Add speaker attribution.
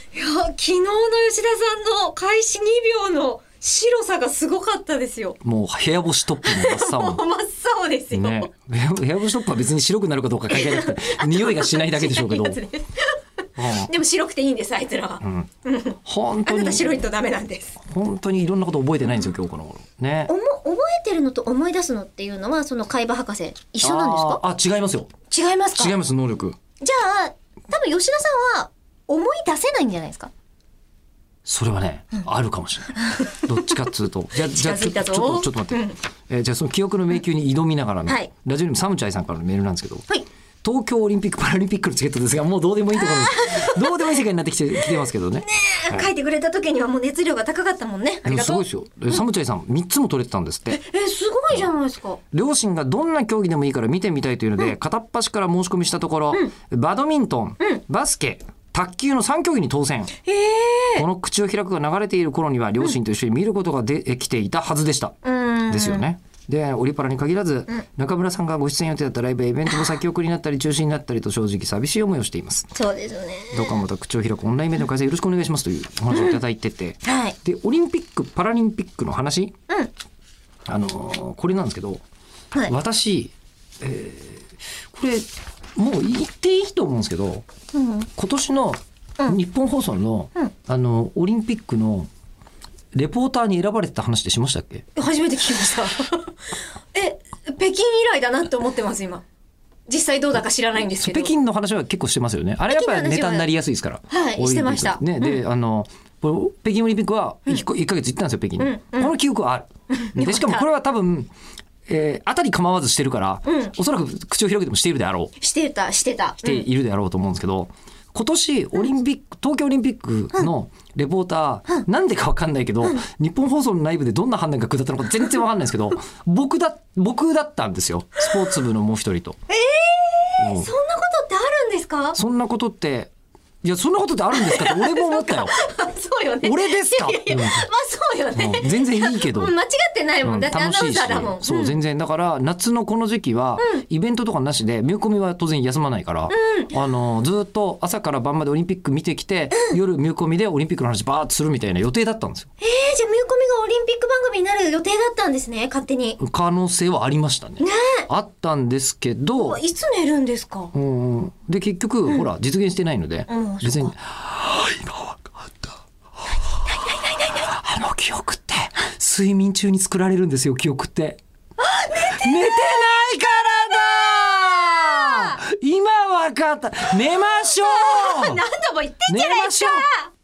Speaker 1: 昨日の吉田さんの開始2秒の白さがすごかったですよ。
Speaker 2: もう部屋干しトップの真っ
Speaker 1: もう
Speaker 2: 青
Speaker 1: 真っ青ですよ。
Speaker 2: ね、部屋部屋干しトップは別に白くなるかどうか関係なくて匂いがしないだけでしょうけ
Speaker 1: い
Speaker 2: ど、
Speaker 1: いやつ です
Speaker 2: う
Speaker 1: でも白くていいんです、あいつらは。
Speaker 2: んうん、本
Speaker 1: あ
Speaker 2: 当
Speaker 1: なた
Speaker 2: に
Speaker 1: 白いとダメなんです。
Speaker 2: 本当にいろんなこと覚えてないんですよ今日この頃ね
Speaker 3: おも覚えてるのと思い出すのっていうのはその海馬博士一緒なんで
Speaker 2: あーあ違いますよ
Speaker 3: すか違いますか
Speaker 2: 違います能力
Speaker 3: じゃあ多分吉田さんは思い出せないんじゃないですか
Speaker 2: それはね、あるかもしれないどっちかっつうとじゃあじゃあち
Speaker 1: 近づ
Speaker 2: ょ
Speaker 1: いたぞ
Speaker 2: ちょっとちょっと待って、えーじゃあその記憶の迷宮に挑みながらの、
Speaker 3: はい
Speaker 2: ラジオネームサムチャイさんからのメールなんですけど
Speaker 3: はい
Speaker 2: 東京オリンピック・パラリンピックのチケットですがもうどうでもいいところですどうでもいい世界になってきてきてますけどねはい
Speaker 3: 書いてくれた時にはもう熱量が高かったもんね
Speaker 2: でもすごいですよえサムチャイさん3つも取れてたんですって
Speaker 3: えすごいじゃないですか
Speaker 2: 両親がどんな競技でもいいから見てみたいというので、片っ端から申し込みしたところ、バドミントン、バスケ卓球の3競技に当選、この口を開くが流れている頃には両親と一緒に見ることができていたはずでした、
Speaker 3: うん
Speaker 2: ですよね。でオリパラに限らず、中村さんがご出演予定だったライブやイベントも先送りになったり中止になったりと正直寂しい思いをしています。
Speaker 3: そうですよね
Speaker 2: どうかまた口を開くオンラインイベントの開催よろしくお願いしますというお話をいただいてて、
Speaker 3: はい
Speaker 2: でオリンピック・パラリンピックの話、
Speaker 3: うん
Speaker 2: あのーこれなんですけど、
Speaker 3: はい
Speaker 2: 私、えーこれもう言っていいと思うんですけど
Speaker 3: うん
Speaker 2: 今年の日本放送の,、
Speaker 3: うん
Speaker 2: あのオリンピックのレポーターに選ばれてた話ってしましたっけ
Speaker 1: 初めて聞きま した。え、北京以来だなって思ってます、今。実際どうだか知らないんですけど。
Speaker 2: 北京の話は結構してますよねあれやっぱネタになりやすいですから
Speaker 1: はい
Speaker 2: オリンピック
Speaker 1: してました
Speaker 2: ね、であのこれ北京オリンピックは 1, 個一ヶ月行ったんですよ北京に、
Speaker 1: うんうん
Speaker 2: この記憶はあるでしかもこれは多分えー、あたり構わずしてるから、
Speaker 1: うん
Speaker 2: おそらく口を広げてもしているであろう
Speaker 3: してたしてた
Speaker 2: しているであろうと思うんですけど、今年オリンピック東京オリンピックのレポーター、なんでかわかんないけど、日本放送の内部でどんな判断が下ったのか全然わかんないですけど僕だ僕だったんですよスポーツ部のもう一人と。え
Speaker 3: そんなことってあるんですか
Speaker 2: そんなことっていやそんなことってあるんですかって俺も思ったよ。
Speaker 1: そうよね。
Speaker 2: 俺ですか
Speaker 1: いやいや
Speaker 2: うん
Speaker 1: まあそうよね。
Speaker 2: うん全然いいけど
Speaker 3: もう 間違ってないもん、
Speaker 2: うん
Speaker 3: だってアナウンサーだもん
Speaker 2: そう全然だから夏のこの時期はイベントとかなしで見込みは当然休まないから、あのずっと朝から晩までオリンピック見てきて、夜見込みでオリンピックの話バーッとするみたいな予定だったんですよ
Speaker 3: えー、じゃあ、ミューコミがオリンピック番組になる予定だったんですね、勝手に。
Speaker 2: 可能性はありましたねあったんですけど
Speaker 3: いつ寝るんですか
Speaker 2: うんうんで結局、ほら実現してないので、
Speaker 3: うん
Speaker 2: 別に「はあ今わかった」あの記憶って睡眠中に作られるんですよ記憶って。寝てないからだ今わかった寝ましょう
Speaker 1: 何度も言ってん
Speaker 2: 寝
Speaker 1: じゃない
Speaker 2: ま
Speaker 1: です
Speaker 2: し
Speaker 1: か
Speaker 2: ょ